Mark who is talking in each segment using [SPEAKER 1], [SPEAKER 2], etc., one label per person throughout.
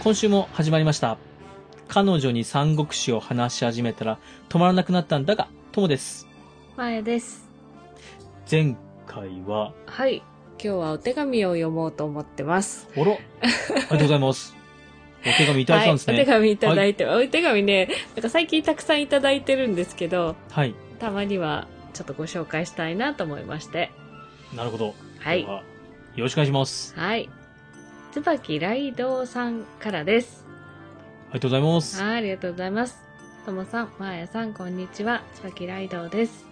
[SPEAKER 1] 今週も始まりました。彼女に三国志を話し始めたら止まらなくなったんだが、ともです。
[SPEAKER 2] 前です。
[SPEAKER 1] 前回は、
[SPEAKER 2] はい。今日はお手紙を読もうと思ってます。
[SPEAKER 1] おろ、ありがとうございます。お手紙いただいたんです
[SPEAKER 2] はい。お手
[SPEAKER 1] ね。
[SPEAKER 2] 紙いただいて、お手紙ね、なんか最近たくさんいただいてるんですけど、
[SPEAKER 1] はい。
[SPEAKER 2] たまにはちょっとご紹介したいなと思いまして。
[SPEAKER 1] なるほど。
[SPEAKER 2] は
[SPEAKER 1] で
[SPEAKER 2] い。
[SPEAKER 1] はよろしくお願いします。
[SPEAKER 2] はい。椿雷道さんからです。
[SPEAKER 1] ありがとうございます。
[SPEAKER 2] はい、ありがとうございます。ともさん、まーやさん、こんにちは。椿ライドウです。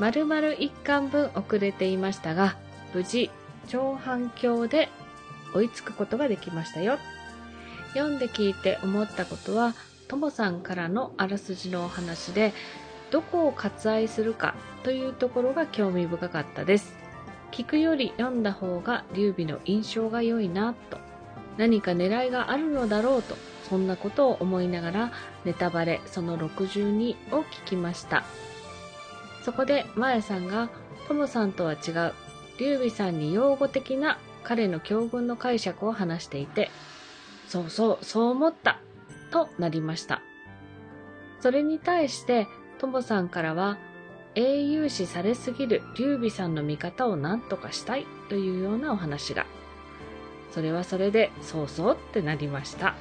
[SPEAKER 2] まるまる一巻分遅れていましたが、無事、超反響で追いつくことができましたよ。読んで聞いて思ったことは、ともさんからのあらすじのお話で、どこを割愛するかというところが興味深かったです。聞くより読んだ方が劉備の印象が良いなと何か狙いがあるのだろうとそんなことを思いながらネタバレその62を聞きましたそこでマヤさんがトモさんとは違う劉備さんに用語的な彼の教訓の解釈を話していてそうそうそう思ったとなりましたそれに対してトモさんからは英雄視されすぎる劉備さんの見方を何とかしたいというようなお話がそれはそれでそうそうってなりました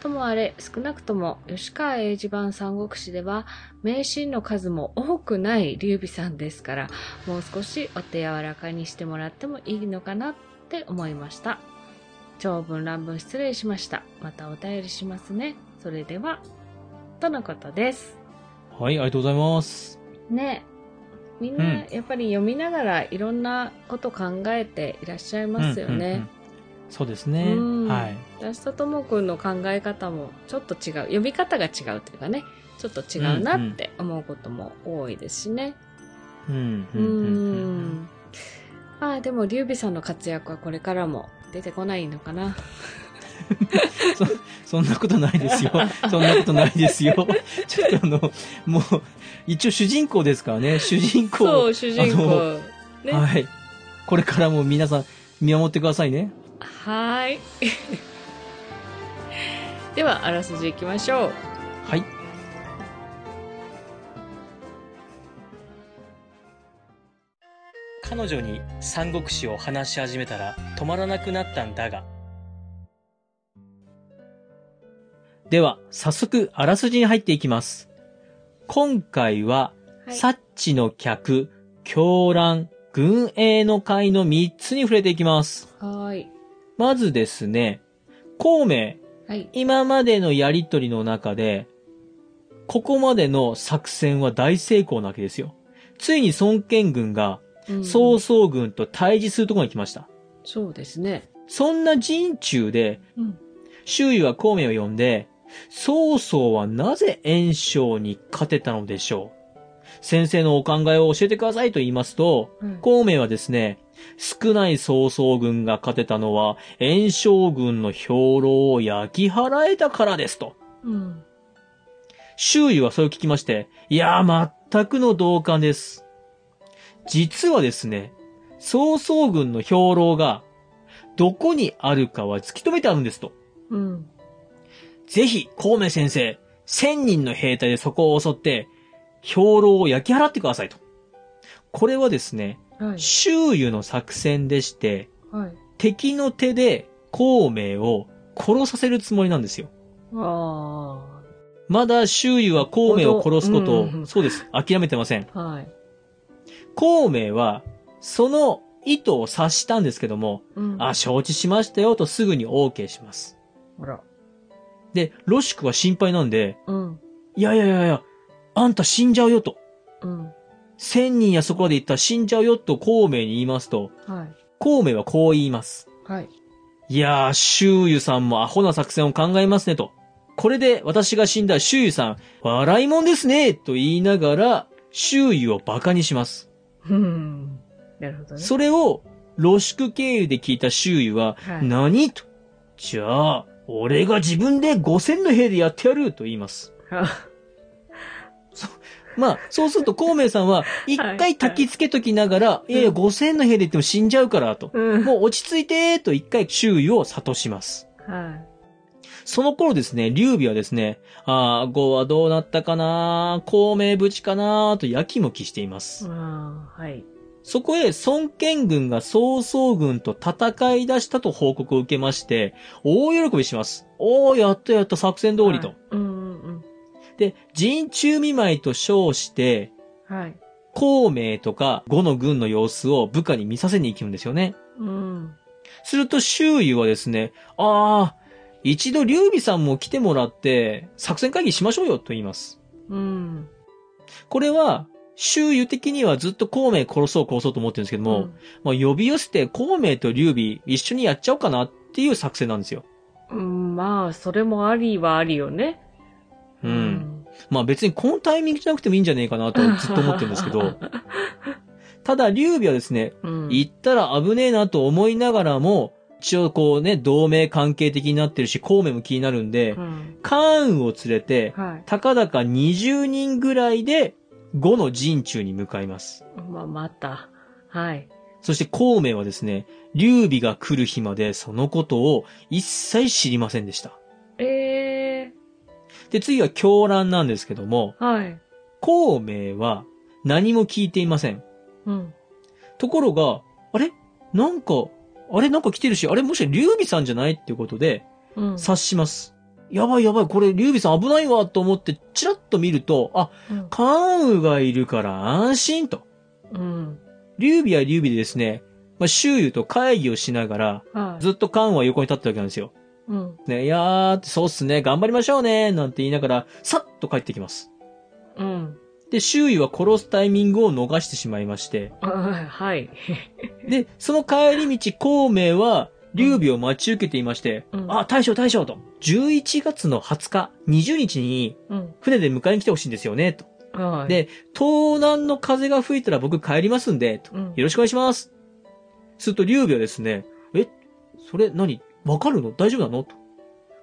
[SPEAKER 2] ともあれ少なくとも吉川英治版三国志では名シーンの数も多くない劉備さんですからもう少しお手柔らかにしてもらってもいいのかなって思いました長文乱文失礼しましたまたお便りしますねそれではとのことです
[SPEAKER 1] はい、ありがとうございます。
[SPEAKER 2] ねみん
[SPEAKER 1] う
[SPEAKER 2] なやっぱり読みながらいろんなこと考えていらっしゃいますよ
[SPEAKER 1] う
[SPEAKER 2] ね、
[SPEAKER 1] んうんうんそうですね。
[SPEAKER 2] うん
[SPEAKER 1] はい。
[SPEAKER 2] 私とともくんの考え方もちょっと違う読み方が違うというかねちょっと違うなって思うことも多いですしね
[SPEAKER 1] うん、う、
[SPEAKER 2] うん
[SPEAKER 1] うんうん。
[SPEAKER 2] んまあでも劉備さんの活躍はこれからも出てこないのかな
[SPEAKER 1] そんなことないです よ。そんなことないですよ。ちょっとあの、もう、一応主人公ですからね。主人公。
[SPEAKER 2] そう主人公ねは
[SPEAKER 1] はい。これからも皆さん、見守ってくださいね。
[SPEAKER 2] ーい ではあらすじいきましょう
[SPEAKER 1] はい。彼女に三国志を話し始めたら止まらなくなったんだが。では、早速、あらすじに入っていきます。今回は、
[SPEAKER 2] はい
[SPEAKER 1] サッチの客、狂乱、軍営の会の3つに触れていきます。
[SPEAKER 2] はーい
[SPEAKER 1] まずですね、孔明、
[SPEAKER 2] はい
[SPEAKER 1] 今までのやりとりの中で、ここまでの作戦は大成功なわけですよ。ついに孫権軍が
[SPEAKER 2] うん
[SPEAKER 1] 曹操軍と対峙するところに来ました。
[SPEAKER 2] そうですね
[SPEAKER 1] そんな陣中で、
[SPEAKER 2] うん
[SPEAKER 1] 周囲は孔明を呼んで、曹操はなぜ袁紹に勝てたのでしょう先生のお考えを教えてくださいと言いますと、
[SPEAKER 2] うん
[SPEAKER 1] 孔明はですね、少ない曹操軍が勝てたのは、袁紹軍の兵糧を焼き払えたからですと。
[SPEAKER 2] うん
[SPEAKER 1] 周囲はそれを聞きまして、いやー、全くの同感です。実はですね、曹操軍の兵糧が、どこにあるかは突き止めてあるんですと。
[SPEAKER 2] うん
[SPEAKER 1] ぜひ、孔明先生、千人の兵隊でそこを襲って、兵糧を焼き払ってくださいと。これはですね、
[SPEAKER 2] はい
[SPEAKER 1] 周囲の作戦でして、
[SPEAKER 2] はい
[SPEAKER 1] 敵の手で孔明を殺させるつもりなんですよ。
[SPEAKER 2] あ
[SPEAKER 1] まだ周囲は孔明を殺すこと
[SPEAKER 2] うん
[SPEAKER 1] を、そうです、諦めてません。
[SPEAKER 2] あはい
[SPEAKER 1] 孔明は、その意図を察したんですけども、
[SPEAKER 2] うん
[SPEAKER 1] あ、承知しましたよとすぐに OK します。
[SPEAKER 2] ほら
[SPEAKER 1] で、ロシクは心配なんで、
[SPEAKER 2] うん
[SPEAKER 1] いやいやいやいや、あんた死んじゃうよと。
[SPEAKER 2] うん
[SPEAKER 1] 千人やそこまで行ったら死んじゃうよと孔明に言いますと、
[SPEAKER 2] はい
[SPEAKER 1] 孔明はこう言います。
[SPEAKER 2] はい
[SPEAKER 1] いやー、周瑜さんもアホな作戦を考えますねと。これで私が死んだら周瑜さん、笑いもんですねと言いながら、周囲を馬鹿にします。
[SPEAKER 2] うんなるほどね。
[SPEAKER 1] それを、露宿経由で聞いた周囲は、
[SPEAKER 2] はい
[SPEAKER 1] 何と。じゃあ、俺が自分で5000の兵でやってやると言います。
[SPEAKER 2] あ
[SPEAKER 1] まあ、そうすると孔明さんは、一回焚き付けときながら、いやいや、
[SPEAKER 2] うん
[SPEAKER 1] 5000の兵で言っても死んじゃうから、と。
[SPEAKER 2] うん。
[SPEAKER 1] もう落ち着いて、と一回周囲を諭します。
[SPEAKER 2] はい。
[SPEAKER 1] その頃ですね、劉備はですね、ああ、呉はどうなったかな孔明無事かなとやきもきしています。
[SPEAKER 2] ああ、はい。
[SPEAKER 1] そこへ孫権軍が曹操軍と戦い出したと報告を受けまして、大喜びします。おー、やったやった、作戦通りと。
[SPEAKER 2] はいうんうん
[SPEAKER 1] で、陣中見舞いと称して、
[SPEAKER 2] うん。はい。
[SPEAKER 1] 孔明とか呉の軍の様子を部下に見させに行くんですよね。
[SPEAKER 2] うん。
[SPEAKER 1] すると周囲はですね、ああ、一度劉備さんも来てもらって、作戦会議しましょうよと言います。
[SPEAKER 2] うん。
[SPEAKER 1] これは、周囲的にはずっと孔明殺そう殺そうと思ってるんですけども、まあ、呼び寄せて孔明と劉備一緒にやっちゃおうかなっていう作戦なんですよ。
[SPEAKER 2] うん、うんまあ、それもありはありよね。
[SPEAKER 1] うん。まあ別にこのタイミングじゃなくてもいいんじゃねえかなとはずっと思ってるんですけ ど、ただ劉備はですね、
[SPEAKER 2] うん。
[SPEAKER 1] 行ったら危ねえなと思いながらも、一応こうね、同盟関係的になってるし、孔明も気になるんで
[SPEAKER 2] う、ん。
[SPEAKER 1] 関羽を連れて、
[SPEAKER 2] はい。
[SPEAKER 1] たかだか20人ぐらいで、5の陣中に向かいます。
[SPEAKER 2] まあ、また。はい。
[SPEAKER 1] そして孔明はですね、劉備が来る日までそのことを一切知りませんでした。
[SPEAKER 2] ええ
[SPEAKER 1] で、次は狂乱なんですけども、
[SPEAKER 2] はい。
[SPEAKER 1] 孔明は何も聞いていません。
[SPEAKER 2] うん。
[SPEAKER 1] ところが、あれなんか、あれなんか来てるし、あれもしかして劉備さんじゃないっていうことで、
[SPEAKER 2] うん。
[SPEAKER 1] 察します。やばいやばい、これ劉備さん危ないわと思って、チラッと見ると、あ、
[SPEAKER 2] うん
[SPEAKER 1] 関羽がいるから安心と。
[SPEAKER 2] うん。
[SPEAKER 1] 劉備は劉備でですね、まあ、周囲と会議をしながら、
[SPEAKER 2] はい。
[SPEAKER 1] ずっと関羽は横に立ってるわけなんですよ。
[SPEAKER 2] うん。
[SPEAKER 1] ね、いやー、そうっすね、頑張りましょうね、なんて言いながら、さっと帰ってきます。
[SPEAKER 2] うん。
[SPEAKER 1] で、周囲は殺すタイミングを逃してしまいまして、
[SPEAKER 2] あはい。
[SPEAKER 1] で、その帰り道、孔明は、劉備を待ち受けていまして、
[SPEAKER 2] うん
[SPEAKER 1] あ、大将大将と、11月の20日、20日に、
[SPEAKER 2] うん。
[SPEAKER 1] 船で迎えに来てほしいんですよね、と。
[SPEAKER 2] はい。
[SPEAKER 1] で、東南の風が吹いたら僕帰りますんで、と。
[SPEAKER 2] うん、
[SPEAKER 1] よろしくお願いします。すると、劉備はですね、え、それ何、わかるの大丈夫なのと。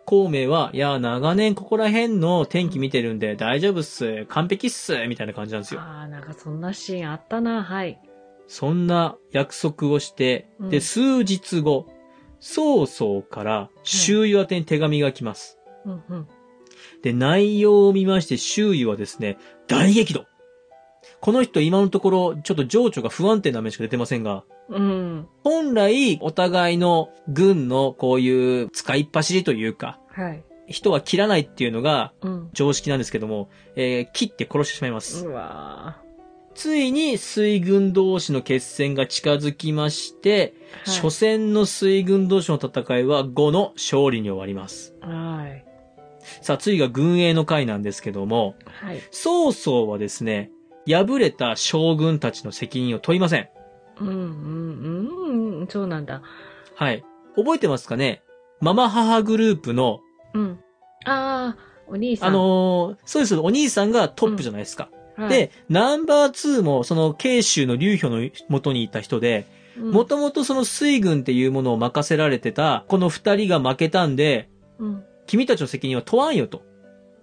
[SPEAKER 1] 孔明は、いや、長年ここら辺の天気見てるんで、大丈夫っす。完璧っす。みたいな感じなんですよ。
[SPEAKER 2] ああ、なんかそんなシーンあったな、はい。
[SPEAKER 1] そんな約束をして、
[SPEAKER 2] うん
[SPEAKER 1] で、数日後、曹操から周囲宛てに手紙が来ます。
[SPEAKER 2] うんうん。
[SPEAKER 1] で、内容を見まして、周囲はですね、大激怒。この人今のところ、ちょっと情緒が不安定な面しか出てませんが、
[SPEAKER 2] うん。
[SPEAKER 1] 本来、お互いの軍のこういう使いっ走りというか、
[SPEAKER 2] はい。
[SPEAKER 1] 人は切らないっていうのが
[SPEAKER 2] うん。
[SPEAKER 1] 常識なんですけども、えー切って殺してしまいます。
[SPEAKER 2] うわ
[SPEAKER 1] ついに水軍同士の決戦が近づきまして、
[SPEAKER 2] ー
[SPEAKER 1] 初戦の水軍同士の戦いは5の勝利に終わります。
[SPEAKER 2] はい。はい。
[SPEAKER 1] さあ、次が軍営の会なんですけども、
[SPEAKER 2] はい。
[SPEAKER 1] 曹操はですね、敗れた将軍たちの責任を問いません。
[SPEAKER 2] うんうんうん。そうなんだ。
[SPEAKER 1] はい。覚えてますかねママ母グループの、
[SPEAKER 2] うん。ああ、お兄さん。
[SPEAKER 1] あのーそうです、お兄さんがトップじゃないですか。
[SPEAKER 2] はい、
[SPEAKER 1] で、ナンバー2も、その、慶州の劉表の元にいた人で、
[SPEAKER 2] うん、
[SPEAKER 1] もともとその水軍っていうものを任せられてた、この二人が負けたんで、
[SPEAKER 2] うん。
[SPEAKER 1] 君たちの責任は問わんよと。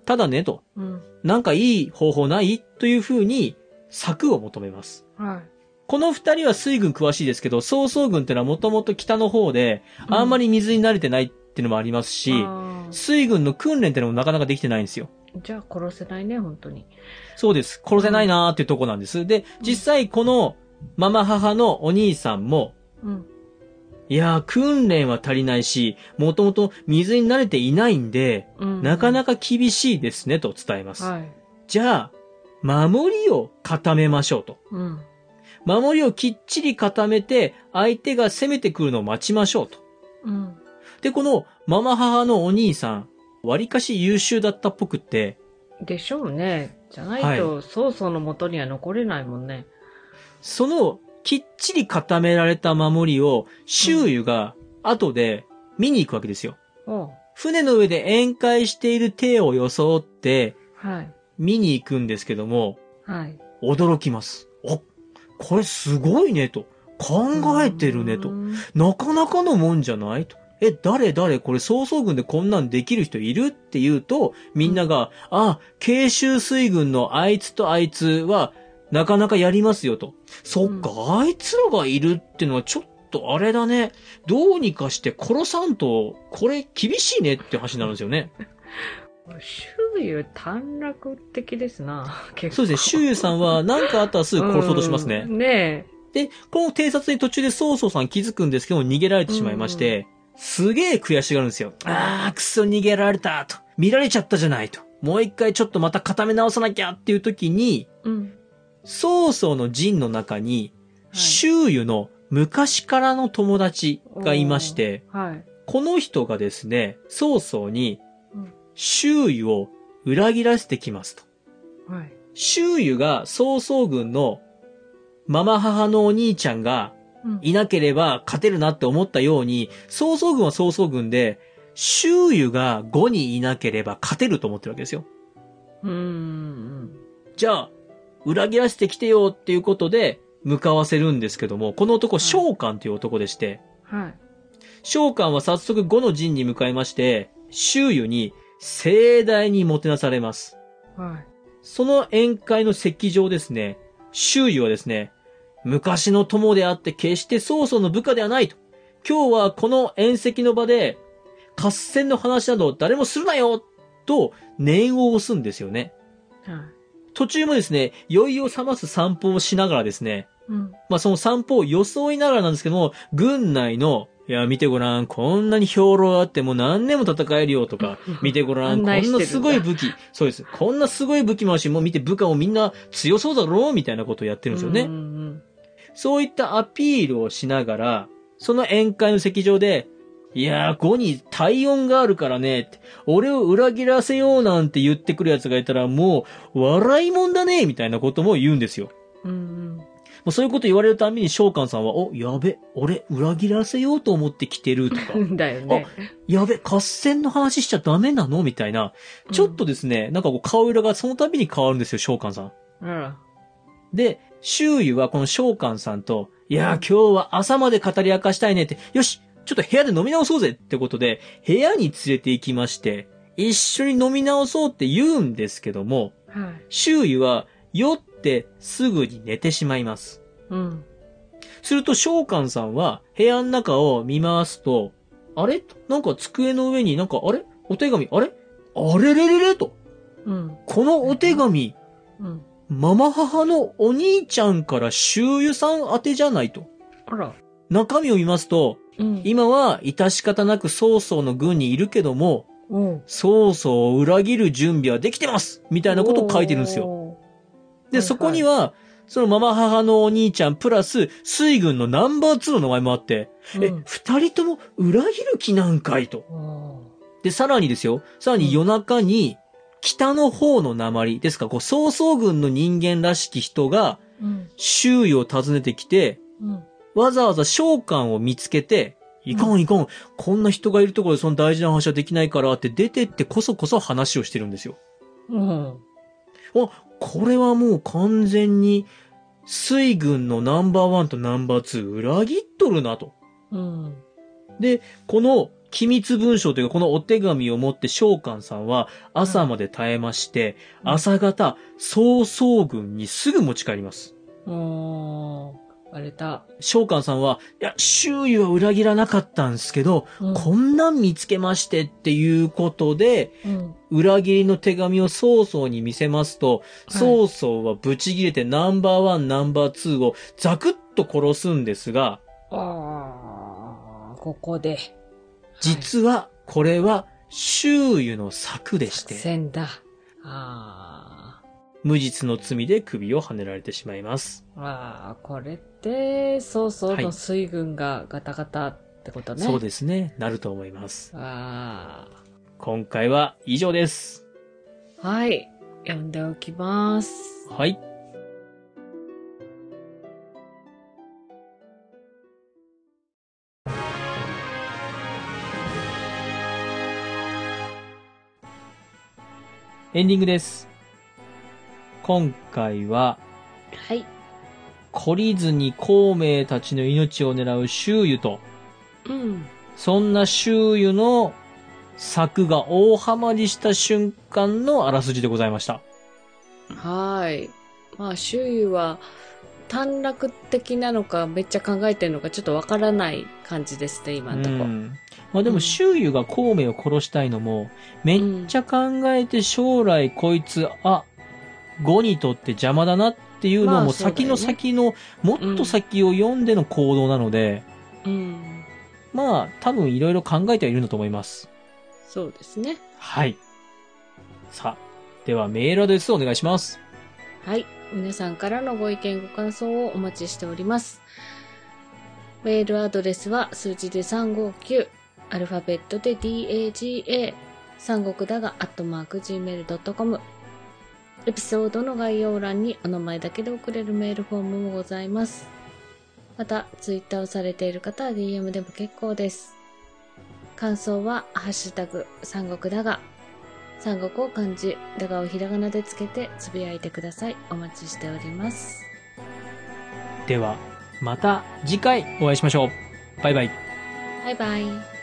[SPEAKER 1] ただね、と。
[SPEAKER 2] うん。
[SPEAKER 1] なんかいい方法ないというふうに策を求めます。
[SPEAKER 2] はい。
[SPEAKER 1] この二人は水軍詳しいですけど、曹操軍ってのはもともと北の方で、あんま
[SPEAKER 2] り
[SPEAKER 1] り水に慣れてないっていうのもありますし、水軍の訓練ってのもなかなかできてないんですよ。
[SPEAKER 2] じゃあ殺せないね、本当に。
[SPEAKER 1] そうです。殺せないなーっていうとこなんです。で、実際このママ母のお兄さんも、
[SPEAKER 2] うん。
[SPEAKER 1] いやー、訓練は足りないし、もともと水に慣れていないんで、
[SPEAKER 2] うん。
[SPEAKER 1] なかな
[SPEAKER 2] か。
[SPEAKER 1] か厳しいですねと伝えます。
[SPEAKER 2] はい。
[SPEAKER 1] じゃあ、守りを固めましょうと。
[SPEAKER 2] うん。
[SPEAKER 1] 守りをきっちり固めて、相手が攻めてくるのを待ちましょうと。
[SPEAKER 2] うん。
[SPEAKER 1] で、この、ママ母のお兄さん、割かし優秀だったっぽくって、
[SPEAKER 2] でしょうね。じゃないと、曹操の元には残れないもんね。
[SPEAKER 1] その、きっちり固められた守りを、周囲が、後で、見に行くわけですよ。
[SPEAKER 2] おう
[SPEAKER 1] 船の上で宴会している体を装って、
[SPEAKER 2] はい。
[SPEAKER 1] 見に行くんですけども、
[SPEAKER 2] はい。
[SPEAKER 1] 驚きます。お、これすごいね、と。考えてるね、と
[SPEAKER 2] う。ん
[SPEAKER 1] なかなかのもんじゃないと。え、誰誰これ曹操軍でこんなんできる人いるって言うと、みんなが、あ、慶州水軍のあいつとあいつは、なかなかやりますよと。そっか、あいつらがいるってのはちょっとあれだね。どうにかして殺さんと、これ厳しいねって話になるんですよね。
[SPEAKER 2] 周遊短絡的で すな、結構。
[SPEAKER 1] そうですね。周遊さんは何かあったらすぐ殺そうとしますね
[SPEAKER 2] う。んね
[SPEAKER 1] で、この偵察に途中で曹操さん気づくんですけど逃げられてしまいまして、すげえ悔しがるんですよ。あー、くそ逃げられたと。見られちゃったじゃないと。もう一回ちょっとまた固め直さなきゃっていう時に、
[SPEAKER 2] え。うん。
[SPEAKER 1] 曹操の陣の中に、
[SPEAKER 2] はい
[SPEAKER 1] 周囲の昔からの友達がいまして、
[SPEAKER 2] はい。
[SPEAKER 1] この人がですね、曹操に
[SPEAKER 2] うん、
[SPEAKER 1] 周囲を裏切らせてきますと。
[SPEAKER 2] はい。
[SPEAKER 1] 周囲が曹操軍のママ母のお兄ちゃんが
[SPEAKER 2] うん
[SPEAKER 1] いなければ勝てるなって思ったように、曹操軍は曹操軍で、周囲が5人いなければ勝てると思ってるわけですよ。
[SPEAKER 2] うーん。
[SPEAKER 1] じゃあ、裏切らせてきてよっていうことで、向かわせるんですけども、この男、
[SPEAKER 2] い
[SPEAKER 1] 召喚という男でして、
[SPEAKER 2] はい。
[SPEAKER 1] 召喚は早速5の陣に向かいまして、周囲に盛大にもてなされます。
[SPEAKER 2] はい。
[SPEAKER 1] その宴会の席上ですね、周囲はですね、昔の友であって決して曹操の部下ではないと。今日はこの宴席の場で、合戦の話など誰もするなよと念を押すんですよね。
[SPEAKER 2] はい。
[SPEAKER 1] 途中もですね、酔いを覚ます散歩をしながらですね、
[SPEAKER 2] うん。
[SPEAKER 1] まあその散歩を装いながらなんですけども、軍内の、いや見てごらん、こんなに兵糧あってもう何年も戦えるよとか、見てごらん、
[SPEAKER 2] 案
[SPEAKER 1] こ
[SPEAKER 2] 内して
[SPEAKER 1] ん
[SPEAKER 2] るんだ
[SPEAKER 1] なすごい武器。そうです。こんなすごい武器もあるし、もう見て部下もみんな強そうだろうみたいなことをやってるんですよ
[SPEAKER 2] う
[SPEAKER 1] ね。
[SPEAKER 2] ん
[SPEAKER 1] そういったアピールをしながら、その宴会の席上で、いやー、5に体温があるからねって、俺を裏切らせようなんて言ってくる奴がいたらもう、笑いもんだねみたいなことも言うんですよ。
[SPEAKER 2] うん。うんうん。
[SPEAKER 1] もうそういうこと言われるたびに召喚さんは、お、やべ、俺裏切らせようと思って来て るとか、
[SPEAKER 2] だよね。
[SPEAKER 1] やべ、合戦の話しちゃダメなのみたいな、ちょっとですね、なんかこう顔色がその度に変わるんですよ、召喚さん。
[SPEAKER 2] うん。あ
[SPEAKER 1] で、周囲はこの召喚さんと、いやー今日は朝まで語り明かしたいねって、よしちょっと部屋で飲み直そうぜってことで、部屋に連れて行きまして、一緒に飲み直そうって言うんですけども、
[SPEAKER 2] らはい。
[SPEAKER 1] 周囲は酔ってすぐに寝てしまいます。
[SPEAKER 2] うん。
[SPEAKER 1] すると召喚さんは部屋の中を見回すと、あれなんか机の上になんか、あれお手紙あれあれれれれと。
[SPEAKER 2] うん。
[SPEAKER 1] このお手紙、
[SPEAKER 2] うん。
[SPEAKER 1] ママ母のお兄ちゃんから周遊さん宛てじゃないと。
[SPEAKER 2] あら。
[SPEAKER 1] 中身を見ますと、
[SPEAKER 2] うん。
[SPEAKER 1] 今は致し方なく曹操の軍にいるけども、
[SPEAKER 2] おう、み
[SPEAKER 1] 曹操を裏切る準備はできてますみたいなことを書いてるんですよ。
[SPEAKER 2] よ。
[SPEAKER 1] で、そこには、そのママ母のお兄ちゃんプラス、水軍のナンバー2の名前もあって、え、二人とも裏切る気なんかいと。で、さらにですよ、さらに夜中に、北の方の鉛、ですか、こう、曹操軍の人間らしき人が、
[SPEAKER 2] うん。
[SPEAKER 1] 周囲を訪ねてきて、
[SPEAKER 2] うん。
[SPEAKER 1] わざわざ召喚を見つけて、いか
[SPEAKER 2] うん
[SPEAKER 1] いかん、こんな人がいるところでその大事な話はできないからって出てってこそこそ話をしてるんですよ。
[SPEAKER 2] うん。
[SPEAKER 1] これはもう完全に、水軍のナンバーワンとナンバーツー裏切っとるなと。
[SPEAKER 2] うん。
[SPEAKER 1] この機密文書というか、このお手紙を持って召喚さんは朝まで耐えまして、
[SPEAKER 2] うん
[SPEAKER 1] 朝方、曹操軍にすぐ持ち帰ります。
[SPEAKER 2] うん。あれだ。
[SPEAKER 1] 召喚さんは、いや、周囲は裏切らなかったんですけど、こんなん見つけましてっていうことで、
[SPEAKER 2] うん。
[SPEAKER 1] 裏切りの手紙を曹操に見せますと、
[SPEAKER 2] はい
[SPEAKER 1] 曹操はブチ切れてナンバーワン、ナンバーツーをザクッと殺すんですが、
[SPEAKER 2] ああ、ここで。
[SPEAKER 1] 実はこれは周囲の策でして。
[SPEAKER 2] 戦だ。あ
[SPEAKER 1] 無実の罪で首をはねられてしまいます。
[SPEAKER 2] あ。ああ、これって、曹操の水軍がガタガタってことね。
[SPEAKER 1] そう
[SPEAKER 2] す。
[SPEAKER 1] ですね。なると思います。
[SPEAKER 2] あ
[SPEAKER 1] 今回は以上です。
[SPEAKER 2] あ。はい。読んでおきます。
[SPEAKER 1] はい。エンディングです。今回は、
[SPEAKER 2] はい。
[SPEAKER 1] 懲りずに孔明たちの命を狙う周囲と、
[SPEAKER 2] うん。
[SPEAKER 1] そんな周囲の策が大ハマりした瞬間のあらすじでございました。
[SPEAKER 2] はい。まあ、周囲は、短絡的なのか、めっちゃ考えてるのか、ちょっとわからない感じですね、今
[SPEAKER 1] うん
[SPEAKER 2] とこ。
[SPEAKER 1] ん。まあで
[SPEAKER 2] う
[SPEAKER 1] も、
[SPEAKER 2] ん
[SPEAKER 1] 周囲が孔明を殺したいのも、めっちゃ考えて将来こいつ、あ、語にとって邪魔だなっていうの
[SPEAKER 2] まあ
[SPEAKER 1] も
[SPEAKER 2] そうだ
[SPEAKER 1] 先
[SPEAKER 2] よね
[SPEAKER 1] の先の、もっと先を読んでの行動なので、
[SPEAKER 2] うん。
[SPEAKER 1] まあ多分いろいろ考えてはいるんだと思います。
[SPEAKER 2] そうですね。
[SPEAKER 1] はい。さあ、ではメールアドレスをお願いします。
[SPEAKER 2] はい。皆さんからのご意見、ご感想をお待ちしております。メールアドレスは数字で359、アルファベットで DAGA、三国だが、アットマーク Gmail.com。エピソードの概要欄にお名前だけで送れるメールフォームもございます。また、ツイッターをされている方は DM でも結構です。感想は、ハッシュタグ、三国だが、三国を漢字、だがをひらがなでつけてつぶやいてください。お待ちしております。
[SPEAKER 1] では、また次回お会いしましょう。バイバイ。
[SPEAKER 2] バイバイ。